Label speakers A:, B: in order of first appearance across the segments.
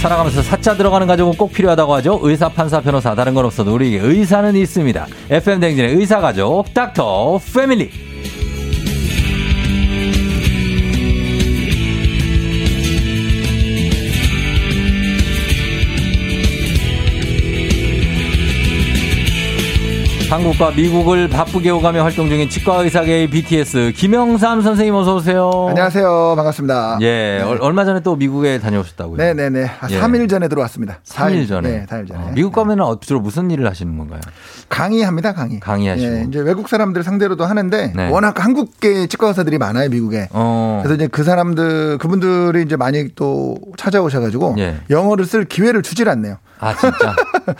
A: 살아가면서 사자 들어가는 가족은 꼭 필요하다고 하죠. 의사, 판사, 변호사 다른 건 없어도 우리에게 의사는 있습니다. FM 댕진의 의사 가족 닥터 패밀리. 한국과 미국을 바쁘게 오가며 활동 중인 치과 의사계의 BTS 김영삼 선생님 어서 오세요.
B: 안녕하세요. 반갑습니다.
A: 예, 얼- 얼마 전에 또 미국에 다녀오셨다고요.
B: 네네네. 아,
A: 예.
B: 3일 전에 들어왔습니다.
A: 3일 전에.
B: 네, 4일 전에.
A: 어, 미국 가면 은 주로 무슨 일을 하시는 건가요?
B: 강의합니다, 강의.
A: 강의하시고.
B: 예, 이제 외국 사람들 상대로도 하는데
A: 네.
B: 워낙 한국계 치과 의사들이 많아요, 미국에.
A: 어.
B: 그래서 이제 그 사람들 그분들이 이제 많이 또 찾아오셔가지고
A: 예.
B: 영어를 쓸 기회를 주질 않네요.
A: 아, 진짜.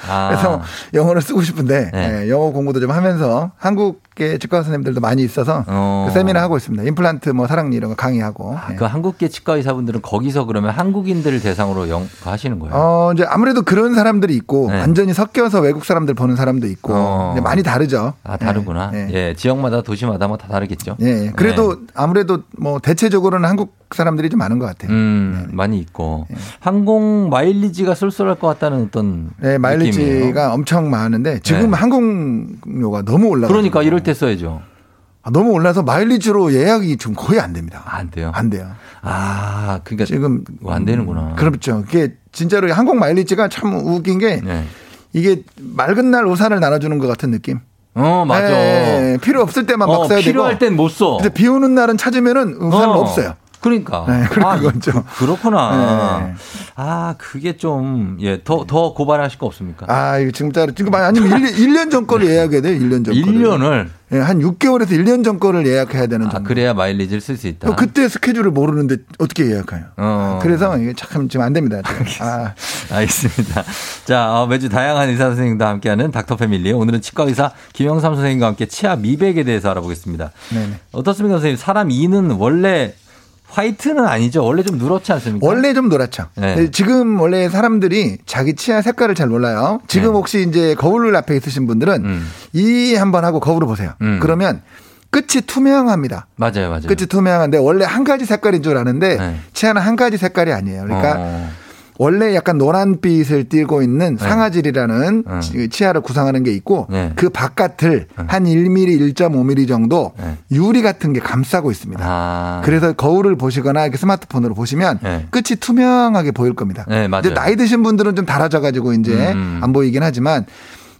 A: 아.
B: 그래서 영어를 쓰고 싶은데
A: 네.
B: 예, 영어 공부도 좀 하면서 한국계 치과 선생님들도 많이 있어서
A: 어.
B: 그 세미나 하고 있습니다. 임플란트 뭐 사랑니 이런 거 강의하고. 예.
A: 그 한국계 치과 의사분들은 거기서 그러면 한국인들을 대상으로 영그 하시는 거예요.
B: 어, 이제 아무래도 그런 사람들이 있고
A: 네.
B: 완전히 섞여서 외국 사람들 보는 사람도 있고
A: 어.
B: 이제 많이 다르죠.
A: 아, 다르구나.
B: 예.
A: 예,
B: 예.
A: 네. 지역마다 도시마다 뭐 다 다르겠죠.
B: 예. 그래도 아무래도 뭐 대체적으로는 한국 사람들이 좀 많은 것 같아요.
A: 음,
B: 네.
A: 많이 있고. 항공 마일리지가 쏠쏠할 것 같다는 어떤
B: 네, 마일리지가
A: 느낌이에요.
B: 엄청 많은데 지금
A: 네.
B: 항공료가 너무 올라.
A: 그러니까 이럴 때 써야죠.
B: 너무 올라서 마일리지로 예약이 지금 거의 안 됩니다.
A: 안 돼요?
B: 안 돼요.
A: 아, 그러니까
B: 지금
A: 뭐안 되는구나.
B: 그렇죠. 그게 진짜로 항공 마일리지가 참 웃긴 게
A: 네.
B: 이게 맑은 날 우산을 나눠주는 것 같은 느낌.
A: 어, 맞아.
B: 예, 예. 필요 없을 때만
A: 어,
B: 막 써야
A: 필요할
B: 되고.
A: 땐 못 써.
B: 근데 비 오는 날은 찾으면은 우산은
A: 어,
B: 없어요.
A: 그러니까.
B: 네, 그런
A: 아,
B: 거죠.
A: 그렇구나.
B: 네.
A: 아, 그게 좀, 예, 더, 더 고발하실 거 없습니까?
B: 아, 이거 지금 따로 지금 많이 아니면 1년, 1년 전 거를 예약해야 돼요. 1년 전 거를.
A: 1년을.
B: 예, 한 6개월에서 1년 전 거를 예약해야 되는
A: 아,
B: 정도.
A: 그래야 마일리지를 쓸 수 있다.
B: 또 그때 스케줄을 모르는데 어떻게 예약해요?
A: 어.
B: 그래서 이게 참 지금 안 됩니다. 지금. 아,
A: 알겠습니다. 자, 어, 매주 다양한 의사 선생님과 함께하는 닥터 패밀리. 오늘은 치과 의사 김영삼 선생님과 함께 치아 미백에 대해서 알아보겠습니다.
B: 네네.
A: 어떻습니까, 선생님? 사람 이는 원래 화이트는 아니죠? 원래 좀 누렇지 않습니까?
B: 원래 좀 노랗죠.
A: 네.
B: 네, 지금 원래 사람들이 자기 치아 색깔을 잘 몰라요. 지금
A: 네.
B: 혹시 이제 거울 앞에 있으신 분들은
A: 음.
B: 이 한번 하고 거울을 보세요.
A: 음.
B: 그러면 끝이 투명합니다.
A: 맞아요, 맞아요.
B: 끝이 투명한데 원래 한 가지 색깔인 줄 아는데
A: 네.
B: 치아는 한 가지 색깔이 아니에요. 그러니까
A: 어.
B: 원래 약간 노란빛을 띠고 있는 상아질이라는
A: 네.
B: 치- 치아를 구성하는 게 있고
A: 네.
B: 그 바깥을 한 1mm, 1.5mm 정도
A: 네.
B: 유리 같은 게 감싸고 있습니다.
A: 아.
B: 그래서 거울을 보시거나 이렇게 스마트폰으로 보시면
A: 네.
B: 끝이 투명하게 보일 겁니다.
A: 네, 맞아요.
B: 이제 나이 드신 분들은 좀 달아져가지고 이제
A: 음.
B: 안 보이긴 하지만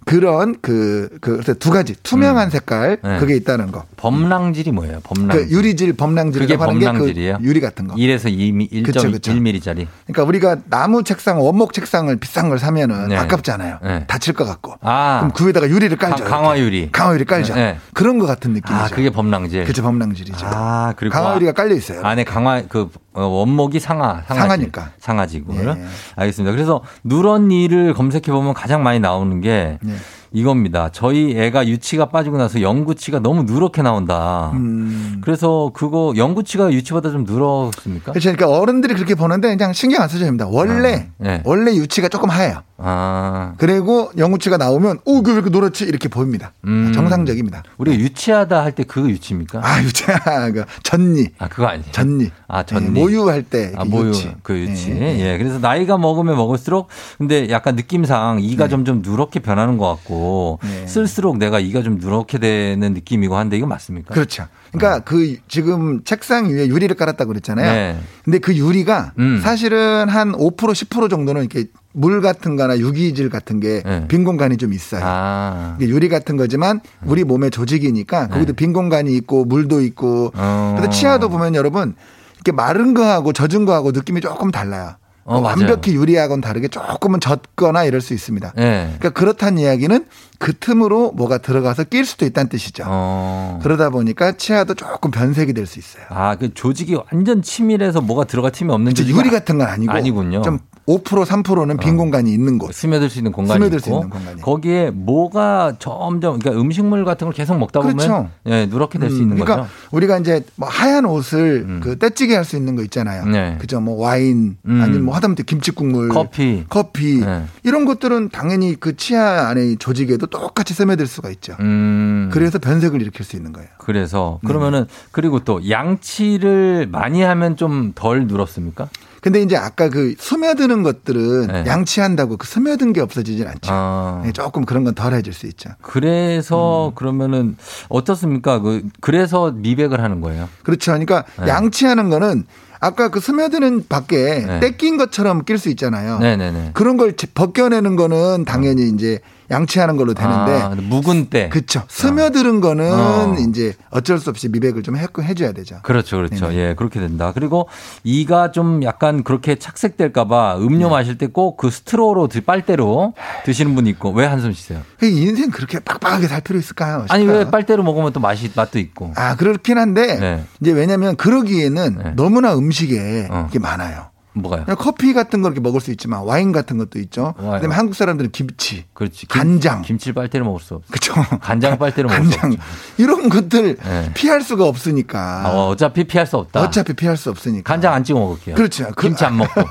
B: 그런 그, 그, 그래서 두 가지 투명한 색깔
A: 네.
B: 그게 있다는 거.
A: 범랑질이 뭐예요? 범랑.
B: 그 유리질,
A: 그게
B: 범랑질이라고 하는 게
A: 범랑질이에요?
B: 그 유리 같은 거.
A: 1에서 2, 1
B: 그쵸, 그쵸.
A: 1mm짜리.
B: 그러니까 우리가 나무 책상, 원목 책상을 비싼 걸 사면은
A: 네.
B: 아깝잖아요.
A: 네.
B: 다칠 것 같고.
A: 아.
B: 그럼 그 위에다가 유리를 깔죠.
A: 강- 강화유리.
B: 강화유리 깔죠.
A: 네.
B: 그런 것 같은 느낌이죠.
A: 아, 그게 범랑질.
B: 그쵸, 범랑질이죠.
A: 아, 그리고
B: 강화유리가
A: 아-
B: 깔려 있어요.
A: 안에 강화 그 어, 원목이 상하 상하지.
B: 상하니까.
A: 상하지고.
B: 예.
A: 알겠습니다. 그래서 누런이를 검색해 보면 가장 많이 나오는 게
B: 예.
A: 이겁니다. 저희 애가 유치가 빠지고 나서 영구치가 너무 누렇게 나온다.
B: 음.
A: 그래서 그거 영구치가 유치보다 좀 늘었습니까?
B: 그렇죠. 그러니까 어른들이 그렇게 보는데 그냥 신경 안 쓰셔도 됩니다. 원래,
A: 아, 네.
B: 원래 유치가 조금 하얘요.
A: 아,
B: 그리고 영우치가 나오면, 오, 그왜 이렇게 노랗지? 이렇게 보입니다.
A: 음.
B: 정상적입니다.
A: 우리 유치하다 할 때 그 유치입니까?
B: 아, 유치야. 그 전니.
A: 아, 그거 아니에요.
B: 전니.
A: 아, 전니.
B: 예, 모유할 때.
A: 아,
B: 그
A: 모유,
B: 유치.
A: 그 유치.
B: 예,
A: 예, 그래서 나이가 먹으면 먹을수록 근데 약간 느낌상 이가 점점 누렇게 변하는 것 같고
B: 네.
A: 쓸수록 내가 이가 좀 누렇게 되는 느낌이고 한데 이거 맞습니까? 음.
B: 그렇죠. 그러니까 그 지금 책상 위에 유리를 깔았다고 그랬잖아요.
A: 네.
B: 근데 그 유리가
A: 음.
B: 사실은 한 5% 10% 정도는 이렇게 물 같은 거나 유기질 같은 게 빈
A: 네.
B: 공간이 좀 있어요.
A: 아. 음.
B: 이게 유리 같은 거지만 우리 몸의 조직이니까 거기도 빈 공간이 있고 물도 있고
A: 네. 어.
B: 그래서 치아도 보면 여러분 이렇게 마른 거하고 젖은 거하고 느낌이 조금 달라요.
A: 어, 맞아요.
B: 완벽히 유리하고는 다르게 조금은 젖거나 이럴 수 있습니다.
A: 예.
B: 그러니까 그렇다는 이야기는 그 틈으로 뭐가 들어가서 낄 수도 있다는 뜻이죠.
A: 어.
B: 그러다 보니까 치아도 조금 변색이 될 수 있어요.
A: 아, 그 조직이 완전 치밀해서 뭐가 들어갈 틈이 없는
B: 이제
A: 조직이
B: 유리
A: 아-
B: 같은 건 아니고
A: 아니군요. 어.
B: 좀 5% 3%는 빈 공간이 있는 곳.
A: 스며들 수 있는 공간이
B: 스며들
A: 있고
B: 수 있는 공간이.
A: 거기에 뭐가 점점 그러니까 음식물 같은 걸 계속 먹다 보면
B: 그렇죠.
A: 예, 누렇게 될 수 있는
B: 그러니까
A: 거죠. 음.
B: 우리가 이제 뭐 하얀 옷을 그 떼찌게 할 수 있는 거 있잖아요.
A: 네.
B: 그죠? 뭐 와인
A: 음.
B: 아니면 뭐 하다못해 김치 국물,
A: 커피.
B: 커피
A: 네.
B: 이런 것들은 당연히 그 치아 안에 조직에도 똑같이 스며들 수가 있죠.
A: 음.
B: 그래서 변색을 일으킬 수 있는 거예요.
A: 그래서 그러면은 그리고 또 양치를 많이 하면 좀 덜 늘었습니까?
B: 근데 이제 아까 그 스며드는 것들은
A: 네.
B: 양치한다고 그 스며든 게 없어지진 않죠.
A: 아.
B: 네, 음. 조금 그런 건 덜해질 수 있죠.
A: 그래서 그러면은 어떻습니까? 그 그래서 미백을 하는 거예요.
B: 그렇죠. 그러니까
A: 네.
B: 양치하는 거는 아까 그 스며드는 밖에
A: 네.
B: 떼낀 것처럼 낄 수 있잖아요.
A: 네네네.
B: 그런 걸 제- 벗겨내는 거는 당연히 이제 양치하는 걸로 되는데
A: 아, 묵은 때.
B: 그렇죠. 스며드는 거는
A: 어.
B: 이제 어쩔 수 없이 미백을 좀 해- 해줘야 되죠.
A: 그렇죠, 그렇죠. 예, 그렇게 된다. 그리고 이가 좀 약간 그렇게 착색될까봐
B: 네.
A: 음료 마실 때 꼭 그 스트로로 드- 빨대로 드시는 분 있고 왜 한숨 쉬세요?
B: 인생 그렇게 빡빡하게 살 필요 있을까요?
A: 아니
B: 싶어요.
A: 왜 빨대로 먹으면 또 맛이 맛도 있고.
B: 아, 그렇긴 한데
A: 네.
B: 이제 왜냐면 그러기에는
A: 네.
B: 너무나 음식에
A: 어.
B: 이게 많아요.
A: 뭐가요?
B: 그냥 커피 같은 거 이렇게 먹을 수 있지만 와인 같은 것도 있죠.
A: 와인.
B: 그다음에 한국 사람들은 김치,
A: 그렇지.
B: 간장.
A: 김치 빨대로 먹을 수 없어.
B: 그렇죠.
A: 간장 빨대로 먹을 수
B: 간장
A: 없죠.
B: 이런 것들
A: 네.
B: 피할 수가 없으니까
A: 어, 어차피 피할 수 없다.
B: 어차피 피할 수 없으니까
A: 간장 안 찍어 먹을게요.
B: 그렇죠. 그-
A: 김치 안 먹고.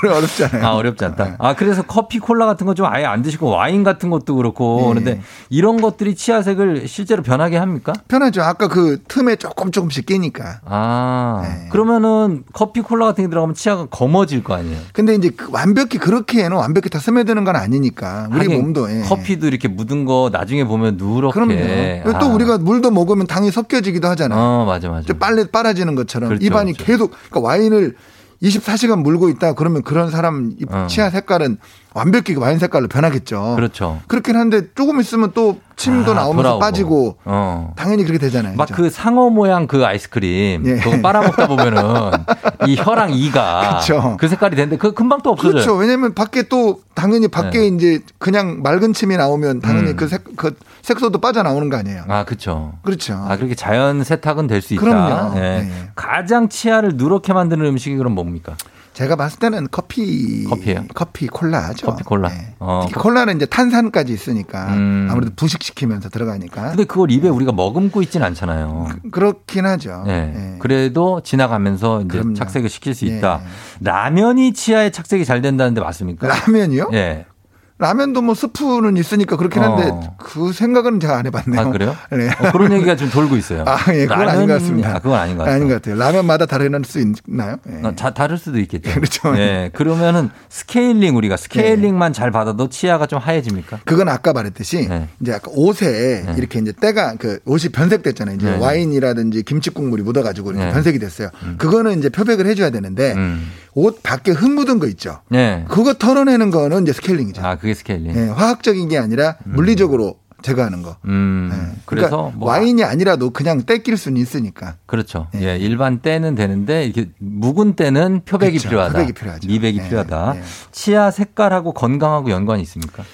B: 그래 어렵잖아요.
A: 아, 어렵지 않다. 아, 그래서 커피, 콜라 같은 거 좀 아예 안 드시고 와인 같은 것도 그렇고
B: 네.
A: 그런데 이런 것들이 치아색을 실제로 변하게 합니까?
B: 편하죠. 아까 그 틈에 조금 조금씩 끼니까.
A: 아,
B: 네.
A: 그러면은 커피, 콜라 같은 게 들어가면 치아가 검어질 거 아니에요?
B: 근데 이제 그 완벽히 그렇게 해는 완벽히 다 스며드는 건 아니니까 우리
A: 하긴
B: 몸도 예.
A: 커피도 이렇게 묻은 거 나중에 보면 누렇게.
B: 그럼요. 그리고 또
A: 아.
B: 우리가 물도 먹으면 당이 섞여지기도 하잖아요.
A: 어, 맞아, 맞아.
B: 이제 빨래 빨아지는 것처럼
A: 그렇죠,
B: 입안이
A: 그렇죠.
B: 계속 그러니까 와인을 24시간 물고 있다 그러면 그런 사람 입-
A: 어.
B: 치아 색깔은 완벽히 와인 색깔로 변하겠죠.
A: 그렇죠.
B: 그렇긴 한데 조금 있으면 또 침도
A: 아,
B: 나오면서
A: 돌아오고.
B: 빠지고
A: 어.
B: 당연히 그렇게 되잖아요.
A: 막
B: 그죠?
A: 그 상어 모양 그 아이스크림
B: 예.
A: 그거 빨아먹다 보면은 이 혀랑 이가
B: 그쵸.
A: 그 색깔이 되는데 그 네. 금방 또 없어져요.
B: 그렇죠. 왜냐면 밖에 또 당연히 밖에 이제 그냥 맑은 침이 나오면
A: 음.
B: 당연히 그, 색, 그 색소도 빠져나오는 거 아니에요.
A: 아, 그렇죠.
B: 그렇죠.
A: 아, 그렇게 자연 세탁은 될 수 있다.
B: 그럼요.
A: 예.
B: 네.
A: 가장 치아를 누렇게 만드는 음식이 그럼 뭡니까?
B: 제가 봤을 때는 커피
A: 커피예요?
B: 커피 콜라죠. 네.
A: 커피, 콜라. 어.
B: 특히 콜라는 이제 탄산까지 있으니까
A: 음.
B: 아무래도 부식시키면서 들어가니까
A: 근데 그걸 입에 우리가 머금고 있진 않잖아요.
B: 그렇긴 하죠.
A: 예.
B: 예.
A: 그래도 지나가면서 이제
B: 그럼요.
A: 착색을 시킬 수
B: 예,
A: 있다. 라면이 치아에 착색이 잘 된다는데 맞습니까?
B: 라면이요?
A: 예.
B: 라면도 뭐 스프는 있으니까 그렇긴 한데
A: 어.
B: 그 생각은 제가 안 해봤네요.
A: 아, 그래요?
B: 네.
A: 어, 그런 얘기가 지금 돌고 있어요.
B: 아, 예, 그건 아닌 것
A: 라면이-
B: 같습니다.
A: 아, 그건 아닌 것 같아요.
B: 아닌 것 같아요. 라면마다 다른 수 있나요? 예.
A: 어, 자, 다를 수도 있겠죠.
B: 그렇죠.
A: 예. 그러면은 스케일링 우리가
B: 네.
A: 스케일링만 잘 받아도 치아가 좀 하얘집니까?
B: 그건 아까 말했듯이
A: 네.
B: 이제 아까 옷에 이렇게 이제 때가 그 옷이 변색됐잖아요. 이제
A: 네.
B: 와인이라든지 김치 국물이 묻어가지고 이렇게
A: 네.
B: 변색이 됐어요. 그거는 이제 표백을 해줘야 되는데
A: 음.
B: 옷 밖에 흙 묻은 거 있죠.
A: 예.
B: 그거 털어내는 거는 이제 스케일링이죠.
A: 아, 그게 스케일링.
B: 예, 화학적인 게 아니라 물리적으로 제거하는 거.
A: 음.
B: 예.
A: 그래서
B: 그러니까
A: 뭐
B: 와인이 네. 아니라도 그냥 떼낄 수는 있으니까.
A: 그렇죠. 예, 일반 때는 되는데 이렇게 묵은 때는 표백이
B: 그렇죠.
A: 필요하다.
B: 표백이 필요하죠.
A: 미백이
B: 예,
A: 필요하다.
B: 예.
A: 치아 색깔하고 건강하고 연관이 있습니까?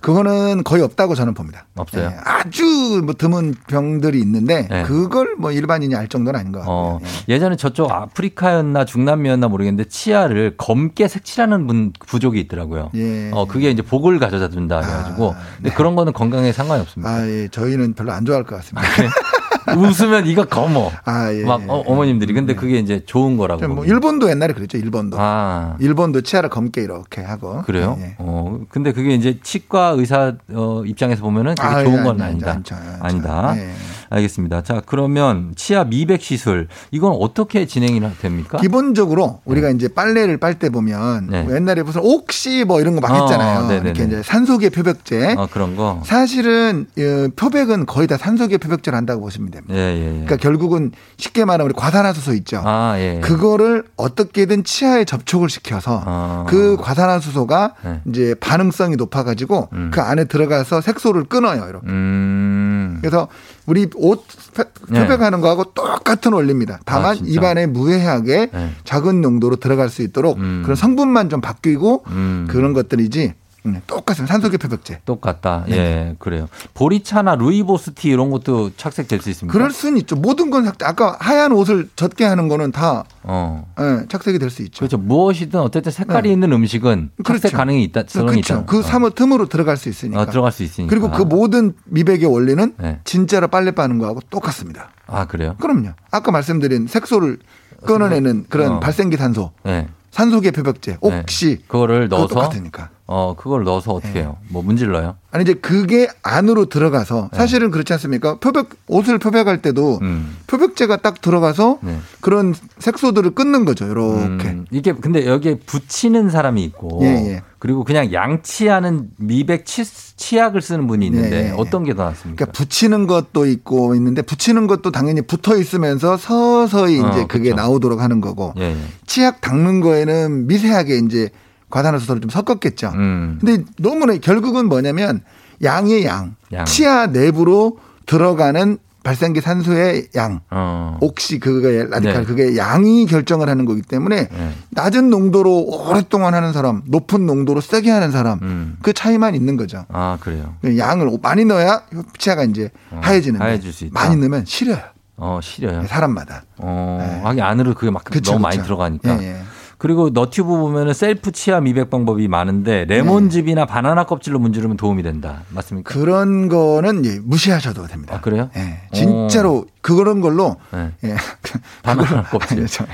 B: 그거는 거의 없다고 저는 봅니다.
A: 없어요?
B: 예, 아주 뭐 드문 병들이 있는데
A: 네.
B: 그걸 뭐 일반인이 알 정도는 아닌 것 같아요.
A: 어,
B: 예.
A: 예전에 저쪽 아프리카였나 중남미였나 모르겠는데 치아를 검게 색칠하는 분 부족이 있더라고요.
B: 예.
A: 어, 그게 이제 복을 가져다 준다 그래가지고.
B: 아,
A: 근데 그런 거는 건강에 상관이 없습니다.
B: 아, 예. 저희는 별로 안 좋아할 것 같습니다.
A: 웃으면 이가 검어.
B: 아, 예.
A: 막 어, 머님들이 근데 그게 이제 좋은 거라고.
B: 좀 뭐
A: 봅니다.
B: 일본도 옛날에 그랬죠. 일본도.
A: 아.
B: 일본도 치아를 검게 이렇게 하고.
A: 그래요?
B: 예, 예.
A: 어, 근데 그게 이제 치과 의사 어, 입장에서 보면은 그게
B: 아,
A: 좋은
B: 예,
A: 건
B: 아니, 아니,
A: 아니다.
B: 아니죠, 아니죠.
A: 아니다.
B: 예.
A: 알겠습니다. 자, 그러면 치아 미백 시술 이건 어떻게 진행이 됩니까?
B: 기본적으로 우리가 이제 빨래를 빨 때 보면
A: 아.
B: 뭐
A: 네.
B: 옛날에 무슨 옥시 뭐 이런 거 막
A: 어,
B: 했잖아요.
A: 네네네.
B: 이렇게 이제 산소계 표백제.
A: 아, 그런 거.
B: 사실은 어, 표백은 거의 다 산소계 표백제를 한다고 보시면 됩니다.
A: 예, 예. 예.
B: 그러니까 결국은 쉽게 말하면 우리 과산화수소 있죠.
A: 아, 예.
B: 그거를 어떻게든 치아에 접촉을 시켜서
A: 아.
B: 그 과산화수소가
A: 네.
B: 이제 반응성이 높아가지고 그 안에 들어가서 색소를 끊어요. 이렇게.
A: 음.
B: 그래서 우리 옷 펴-
A: 네.
B: 표백하는 거하고 똑같은 원리입니다. 다만
A: 아, 진짜?
B: 입안에 무해하게
A: 네.
B: 작은 용도로 들어갈 수 있도록
A: 음.
B: 그런 성분만 좀 바뀌고
A: 음.
B: 그런 것들이지 음, 똑같은 산소계 표백제.
A: 똑같다.
B: 네.
A: 예, 그래요. 보리차나 루이보스티 이런 것도 착색될 수 있습니까?
B: 그럴 수는 있죠. 모든 건 삭제. 아까 하얀 옷을 젖게 하는 거는 다
A: 어.
B: 예, 착색이 될 수 있죠.
A: 그렇죠. 무엇이든 어쨌든 색깔이
B: 네.
A: 있는 음식은 착색
B: 그렇죠.
A: 가능이 있다. 소용이 있다.
B: 그렇죠. 그 사뭇 틈으로 들어갈 수 있으니까.
A: 어, 들어갈 수 있으니까.
B: 그리고 그 모든 미백의 원리는
A: 네.
B: 진짜로 빨래 빠는 거하고 똑같습니다.
A: 아, 그래요?
B: 그럼요. 아까 말씀드린 색소를 끊어내는 그런
A: 어.
B: 발생기 산소,
A: 예.
B: 산소계 표백제, 옥시 네.
A: 그거를
B: 그거
A: 넣어서
B: 똑같으니까.
A: 어 그걸 넣어서 어떻게 해요? 뭐 문질러요?
B: 아니 이제 그게 안으로 들어가서 사실은 그렇지 않습니까? 표백 옷을 표백할 때도
A: 네. 음.
B: 표백제가 딱 들어가서
A: 네.
B: 그런 색소들을 끊는 거죠. 이렇게
A: 음, 이게 근데 여기에 붙이는 사람이 있고
B: 예, 예.
A: 그리고 그냥 양치하는 미백 치, 치약을 쓰는 분이 있는데
B: 예, 예, 예.
A: 어떤 게 더 낫습니까?
B: 그러니까 붙이는 것도 있고 있는데 붙이는 것도 당연히 붙어 있으면서 서서히
A: 어,
B: 이제 그게
A: 그렇죠.
B: 나오도록 하는 거고
A: 예, 예.
B: 치약 닦는 거에는 미세하게 이제 과산화수소를 좀 섞었겠죠.
A: 음.
B: 근데 너무나 결국은 뭐냐면 양의 양,
A: 양.
B: 치아 내부로 들어가는 발생기 산소의 양,
A: 어.
B: 옥시 그거의 라디칼
A: 네.
B: 그게 양이 결정을 하는 거기 때문에
A: 네.
B: 낮은 농도로 오랫동안 하는 사람, 높은 농도로 세게 하는 사람
A: 음.
B: 그 차이만 있는 거죠.
A: 아 그래요.
B: 양을 많이 넣어야 치아가 이제 하얘지는
A: 어, 하얘질 수 있다.
B: 많이 넣으면 시려요.
A: 어 시려요.
B: 사람마다.
A: 어.
B: 네.
A: 하긴 안으로 그게 막
B: 그쵸,
A: 너무
B: 그쵸.
A: 많이 들어가니까.
B: 예, 예.
A: 그리고 너튜브 보면은 셀프 치아 미백 방법이 많은데
B: 네.
A: 레몬즙이나 바나나 껍질로 문지르면 도움이 된다. 맞습니까?
B: 그런 거는 예, 무시하셔도 됩니다.
A: 아, 그래요?
B: 예, 진짜로 그런 걸로
A: 네.
B: 예.
A: 바나나
B: 그걸로-
A: 껍질.
B: 아니요, 저-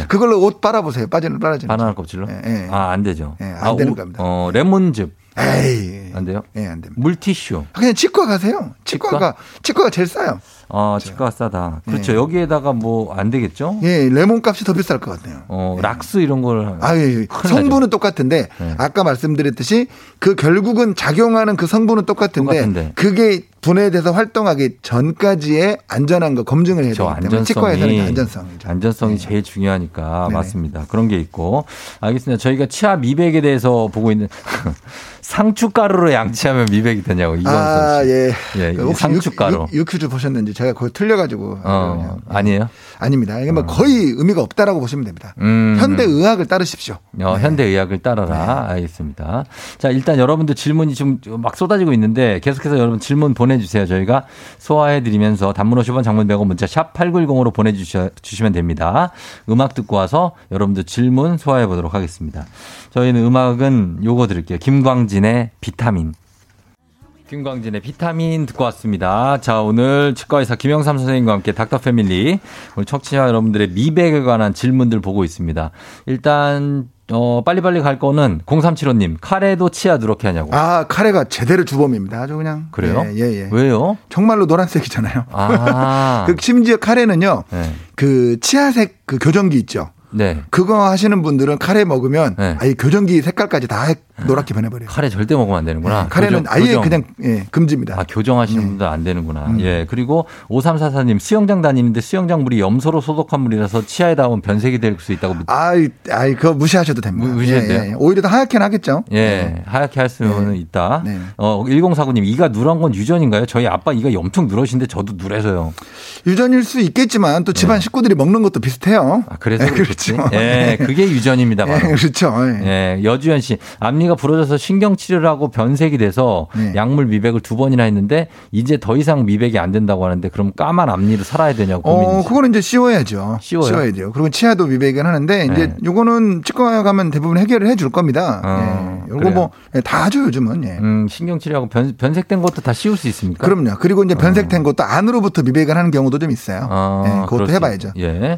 A: 예.
B: 그걸로 옷 빨아보세요. 빠지는 빨아지는.
A: 바나나 껍질로?
B: 예, 예.
A: 아 안 되죠.
B: 예, 안
A: 아,
B: 되는
A: 오-
B: 겁니다.
A: 어 레몬즙
B: 에이.
A: 안 돼요?
B: 예, 안 됩니다.
A: 물티슈.
B: 그냥 치과 가세요. 치과가 치과가 제일 싸요.
A: 아, 치과가 싸다.
B: 네.
A: 그렇죠. 여기에다가 뭐 안 되겠죠?
B: 예, 레몬 값이 더 비쌀 것 같네요.
A: 어, 락스 이런 걸.
B: 아, 예, 예.
A: 큰일 예.
B: 성분은 똑같은데 아까 말씀드렸듯이 그 결국은 작용하는 그 성분은 똑같은데,
A: 똑같은데.
B: 그게 분해돼서 활동하기 전까지의 안전한 거 검증을 해야 되기
A: 저
B: 네, 때문에
A: 안전성이
B: 치과에서는 이제 안전성이죠. 네.
A: 안전성이 제일 중요하니까
B: 네네.
A: 맞습니다. 그런 게 있고 알겠습니다. 저희가 치아 미백에 대해서 보고 있는 상추가루로 양치하면 미백이 되냐고 이광선
B: 아,
A: 씨.
B: 예.
A: 예,
B: 혹시
A: 상춧가루.
B: 유, 유, 퀴즈 보셨는지 제가 거의 틀려가지고.
A: 어, 아니에요?
B: 아닙니다. 이게 뭐 거의 의미가 없다라고 보시면 됩니다.
A: 음.
B: 현대 의학을 따르십시오.
A: 어, 현대의학을 따라라.
B: 네.
A: 알겠습니다. 자, 일단 여러분들 질문이 지금 막 쏟아지고 있는데 계속해서 여러분 질문 보내주세요. 저희가 소화해드리면서 단문 50원 장문 100원 문자 샵 8910으로 보내주시면 됩니다. 음악 듣고 와서 여러분들 질문 소화해보도록 하겠습니다. 저희는 음악은 요거 드릴게요. 김광진의 비타민. 김광진의 비타민 듣고 왔습니다. 자, 오늘 치과의사 김영삼 선생님과 함께 닥터 패밀리, 오늘 청취자 여러분들의 미백에 관한 질문들 보고 있습니다. 일단, 어, 빨리빨리 갈 거는 0375님, 카레도 치아 누렇게 하냐고.
B: 아, 카레가 제대로 주범입니다. 아주 그냥.
A: 그래요?
B: 예, 예. 예.
A: 왜요?
B: 정말로 노란색이잖아요.
A: 아.
B: 그 심지어 카레는요.
A: 네.
B: 그 치아색 그 교정기 있죠.
A: 네.
B: 그거 하시는 분들은 카레 먹으면
A: 네.
B: 아예 교정기 색깔까지 다 노랗게 변해버려요.
A: 카레 절대 먹으면 안 되는구나.
B: 네, 카레는
A: 교정,
B: 아예
A: 교정.
B: 그냥 음. 예, 금지입니다.
A: 아, 교정하시는 분들 안 되는구나. 예. 그리고 5344님, 수영장 다니는데 수영장 물이 염소로 소독한 물이라서 치아에 닿으면 변색이 될 수 있다고
B: 아이, 아이, 그거 무시하셔도 됩니다. 예,
A: 무- 무시해도 돼요?
B: 오히려 더 하얗게 하겠죠.
A: 예, 하얗게 할 수는 있다.
B: 네.
A: 어, 1049님, 이가 누런 건 유전인가요? 저희 아빠 이가 엄청 누러신데 저도 누래서요.
B: 유전일 수 있겠지만 또 집안 식구들이 먹는 것도
A: 네.
B: 비슷해요.
A: 아, 그래서
B: 예,
A: 그렇지?
B: 그렇죠.
A: 예, 그게 유전입니다,
B: 예,
A: 바로.
B: 그렇죠. 예.
A: 예, 여주현 씨, 앞니가 부러져서 신경치료를 하고 변색이 돼서
B: 네.
A: 약물 미백을 두 번이나 했는데 이제 더 이상 미백이 안 된다고 하는데 그럼 까만 앞니로 살아야 되냐고
B: 어,
A: 고민이죠.
B: 그거는 이제 씌워야죠.
A: 씌워요?
B: 야죠 그리고 치아도 미백은 하는데 이제
A: 네.
B: 요거는 치과 가면 대부분 해결을 해줄 겁니다.
A: 어,
B: 예. 요거
A: 그래요?
B: 뭐다 하죠 요즘은. 예.
A: 음, 신경치료하고 변, 변색된 것도 다 씌울 수 있습니까?
B: 그럼요. 그리고 이제 변색된 것도 안으로부터 미백을 하는 경우도 좀 있어요.
A: 음. 아,
B: 예, 그것도
A: 그럴 수
B: 해봐야죠.
A: 있- 예.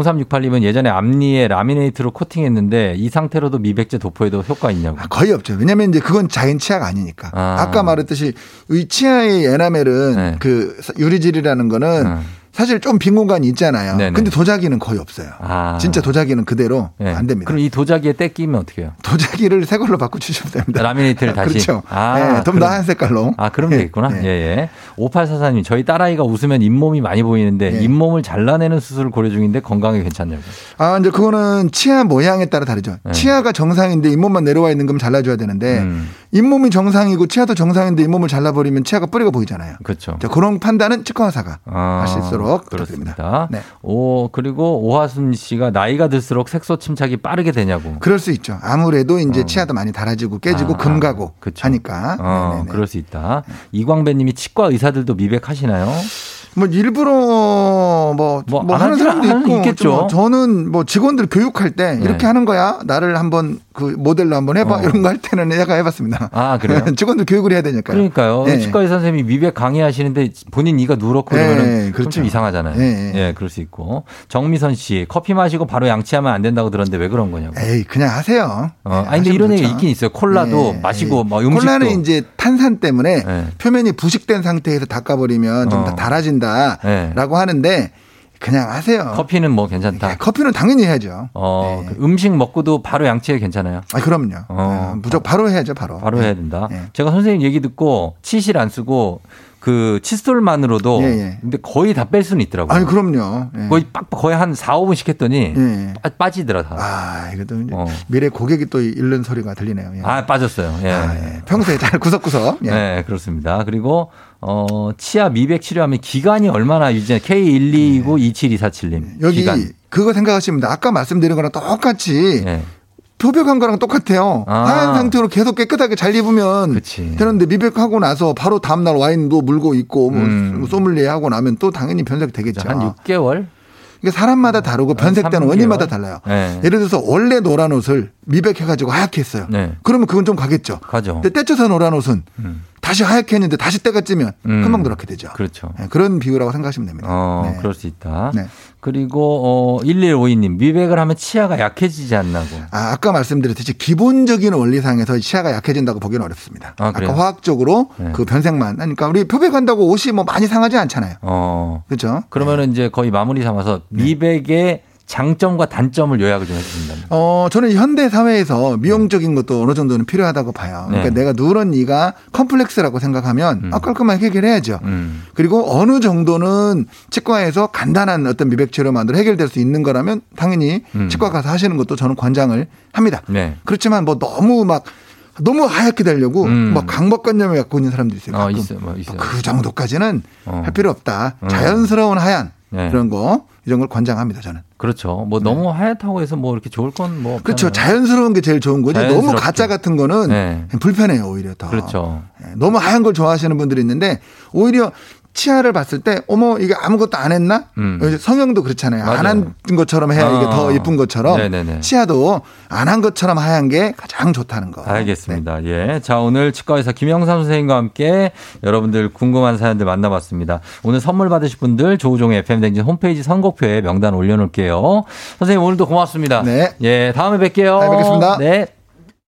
A: 0368님은 예전에 앞니에 라미네이트로 코팅했는데 이 상태로도 미백제 도포에도 효과 있냐고.
B: 아, 거의 없죠. 왜냐면 이제 그건 자연 치아가 아니니까.
A: 아.
B: 아. 까 말했듯이 이 치아의 에나멜은
A: 네.
B: 그 유리질이라는 거는
A: 음.
B: 사실 좀 빈 공간이 있잖아요.
A: 네네.
B: 근데 도자기는 거의 없어요.
A: 아.
B: 진짜 도자기는 그대로
A: 예.
B: 안 됩니다.
A: 그럼 이 도자기에 때 끼면 어떻게 해요?
B: 도자기를 새 걸로 바꿔주시면 됩니다.
A: 라미네이트를 다시?
B: 그렇죠.
A: 아,
B: 예, 좀
A: 그럼-
B: 나은 색깔로.
A: 아, 그럼
B: 예,
A: 되겠구나.
B: 예.
A: 예, 예. 5844님, 저희 딸아이가 웃으면 잇몸이 많이 보이는데
B: 예.
A: 잇몸을 잘라내는 수술을 고려 중인데 건강에 괜찮냐고.
B: 아, 이제 그거는 치아 모양에 따라 다르죠. 치아가 정상인데 잇몸만 내려와 있는 건 잘라줘야 되는데
A: 네. 음.
B: 잇몸이 정상이고 치아도 정상인데 잇몸을 잘라버리면 치아가 뿌리가 보이잖아요.
A: 그렇죠.
B: 자, 그런 판단은 치과 의사가
A: 아,
B: 할 수 있도록 부탁드립니다.
A: 그렇습니다.
B: 네.
A: 오, 그리고 오하순 씨가 나이가 들수록 색소 침착이 빠르게 되냐고.
B: 그럴 수 있죠. 아무래도 이제 치아도 많이 닳아지고 깨지고
A: 어. 아,
B: 금가고
A: 그쵸.
B: 하니까.
A: 어,
B: 아, 네네네.
A: 그럴 수 있다. 이광배 님이 치과 의사들도 미백하시나요?
B: 뭐 일부러 뭐 뭐,
A: 뭐
B: 뭐
A: 안
B: 하는
A: 하지는
B: 사람도
A: 않-
B: 있고
A: 있겠죠.
B: 뭐 저는 뭐 직원들 교육할 때
A: 네.
B: 이렇게 하는 거야 나를 한번 그 모델로 한번 해봐
A: 어.
B: 이런 거 할 때는 약간 해봤습니다.
A: 아, 그래요?
B: 직원들 교육을 해야 되니까요.
A: 그러니까요.
B: 예.
A: 치과 의사 선생님이 미백 강의하시는데 본인 이가 누렇고
B: 예,
A: 그러면 은
B: 그렇죠.
A: 좀 이상하잖아요.
B: 예,
A: 예,
B: 예.
A: 그럴 수 있고. 정미선 씨, 커피 마시고 바로 양치하면 안 된다고 들었는데 왜 그런 거냐고.
B: 에이 그냥 하세요.
A: 어, 아니, 근데 이런 얘기 있긴 있어요. 콜라도
B: 예,
A: 마시고
B: 예.
A: 막 음식도.
B: 콜라는 이제 탄산 때문에
A: 예.
B: 표면이 부식된 상태에서 닦아버리면 좀
A: 어. 네.
B: 더 달아진다라고 하는데 그냥 하세요.
A: 예, 커피는 뭐 괜찮다.
B: 예, 커피는 당연히 해야죠.
A: 어,
B: 예.
A: 그 음식 먹고도 바로 양치해 괜찮아요.
B: 아 그럼요.
A: 어.
B: 예, 무조건 바로 해야죠. 바로.
A: 바로 해야 된다.
B: 예.
A: 제가 선생님 얘기 듣고 치실 안 쓰고 그 칫솔만으로도
B: 예, 예.
A: 근데 거의 다 뺄 수는 있더라고요.
B: 아니 그럼요. 예.
A: 거의 빡 거의 한 4, 5분씩 했더니
B: 예.
A: 빠- 빠지더라 다.
B: 아, 이것도 이제
A: 어.
B: 미래 고객이 또 잃는 소리가 들리네요. 예.
A: 아, 빠졌어요. 예.
B: 아, 예. 평소에 잘 구석구석. 예.
A: 네, 그렇습니다. 그리고 어 치아 미백 치료하면 기간이 얼마나 유지해? K1292747님.
B: 예. 여기
A: 기간.
B: 그거 생각하십니다. 아까 말씀드린 거랑 똑같이
A: 예.
B: 표백한 거랑 똑같아요.
A: 아.
B: 하얀 상태로 계속 깨끗하게 잘 입으면
A: 그치.
B: 되는데 미백하고 나서 바로 다음날 와인도 물고 있고 뭐
A: 음.
B: 소믈리에 하고 나면 또 당연히 변색 되겠죠.
A: 한 6개월?
B: 이게 사람마다 다르고 변색되는
A: 삼
B: 원인마다
A: 개월?
B: 달라요.
A: 네.
B: 예를 들어서 원래 노란 옷을 미백해가지고 하얗게 했어요.
A: 네. 어.
B: 그러면 그건 좀 가겠죠.
A: 가죠.
B: 근데 떼쳐서 노란 옷은 다시 하얗게 했는데 다시 때가 찌면
A: 음.
B: 금방 노랗게 되죠.
A: 그렇죠.
B: 네, 그런 비유라고 생각하시면 됩니다.
A: 어,
B: 네.
A: 그럴 수 있다.
B: 네.
A: 그리고 어 1152님 미백을 하면 치아가 약해지지 않나고.
B: 아, 아까 말씀드렸듯이 기본적인 원리상에서 치아가 약해진다고 보기는 어렵습니다.
A: 아, 그래요?
B: 까 화학적으로
A: 네.
B: 그 변색만 하니까 우리 표백한다고 옷이 뭐 많이 상하지 않잖아요.
A: 어.
B: 그렇죠?
A: 그러면은 이제 거의 마무리 삼아서
B: 네.
A: 미백의 장점과 단점을 요약을 좀 해주신다면.
B: 어, 저는 현대 사회에서 미용적인 것도 어느 정도는 필요하다고 봐요. 그러니까
A: 네.
B: 내가 누런 이가 컴플렉스라고 생각하면 아, 깔끔하게 해결해야죠.
A: 음.
B: 그리고 어느 정도는 치과에서 간단한 어떤 미백 치료만으로 해결될 수 있는 거라면 당연히
A: 음.
B: 치과 가서 하시는 것도 저는 권장을 합니다.
A: 네.
B: 그렇지만 뭐 너무 막 너무 하얗게 되려고
A: 음.
B: 막 강박관념을 갖고 있는 사람도 있어요.
A: 어,
B: 네, 가끔.
A: 있어요. 뭐 있어요.
B: 그 정도까지는
A: 어.
B: 할 필요 없다. 자연스러운 하얀
A: 네.
B: 그런 거 이런 걸 권장합니다. 저는.
A: 그렇죠. 뭐 너무 하얗다고 해서 뭐 이렇게 좋을 건뭐
B: 네. 그렇죠. 자연스러운 게 제일 좋은 거죠. 너무
A: 아. 자연스럽게.
B: 가짜 같은 거는
A: 네.
B: 불편해요, 오히려 더.
A: 그렇죠.
B: 예, 너무 하얀 걸 좋아하시는 분들이 있는데 오히려 치아를 봤을 때 어머 이게 아무것도 안 했나?
A: 음.
B: 이제 성형도 그렇잖아요.
A: 맞아요.
B: 안 한 것처럼 해야 이게
A: 아.
B: 더 예쁜 것처럼
A: 네네네.
B: 치아도 안 한 것처럼 하얀 게 가장 좋다는 거.
A: 알겠습니다.
B: 네.
A: 예. 자, 오늘 치과의사 김영삼 선생님과 함께 여러분들 궁금한 사연들 만나봤습니다. 오늘 선물 받으실 분들 조우종의 FM댕진 홈페이지 선곡표에 명단 올려놓을게요. 선생님 오늘도 고맙습니다.
B: 네.
A: 예. 다음에 뵐게요.
B: 다음에 뵙겠습니다.
A: 네.